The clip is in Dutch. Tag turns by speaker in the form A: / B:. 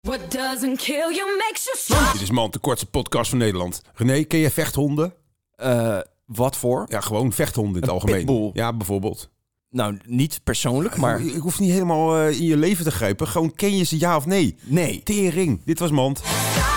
A: What doesn't kill you makes you strong.
B: Dit is Man, de kortste podcast van Nederland. René, ken je vechthonden?
C: Eh, wat voor?
B: Ja, gewoon vechthonden in het
C: Een
B: algemeen.
C: pitbull.
B: Ja, bijvoorbeeld.
C: Nou, niet persoonlijk, maar
B: Ik hoef niet helemaal eh, in je leven te grijpen. Gewoon ken je ze ja of nee?
C: nee.
B: Tering. Dit was Mand.
A: Sky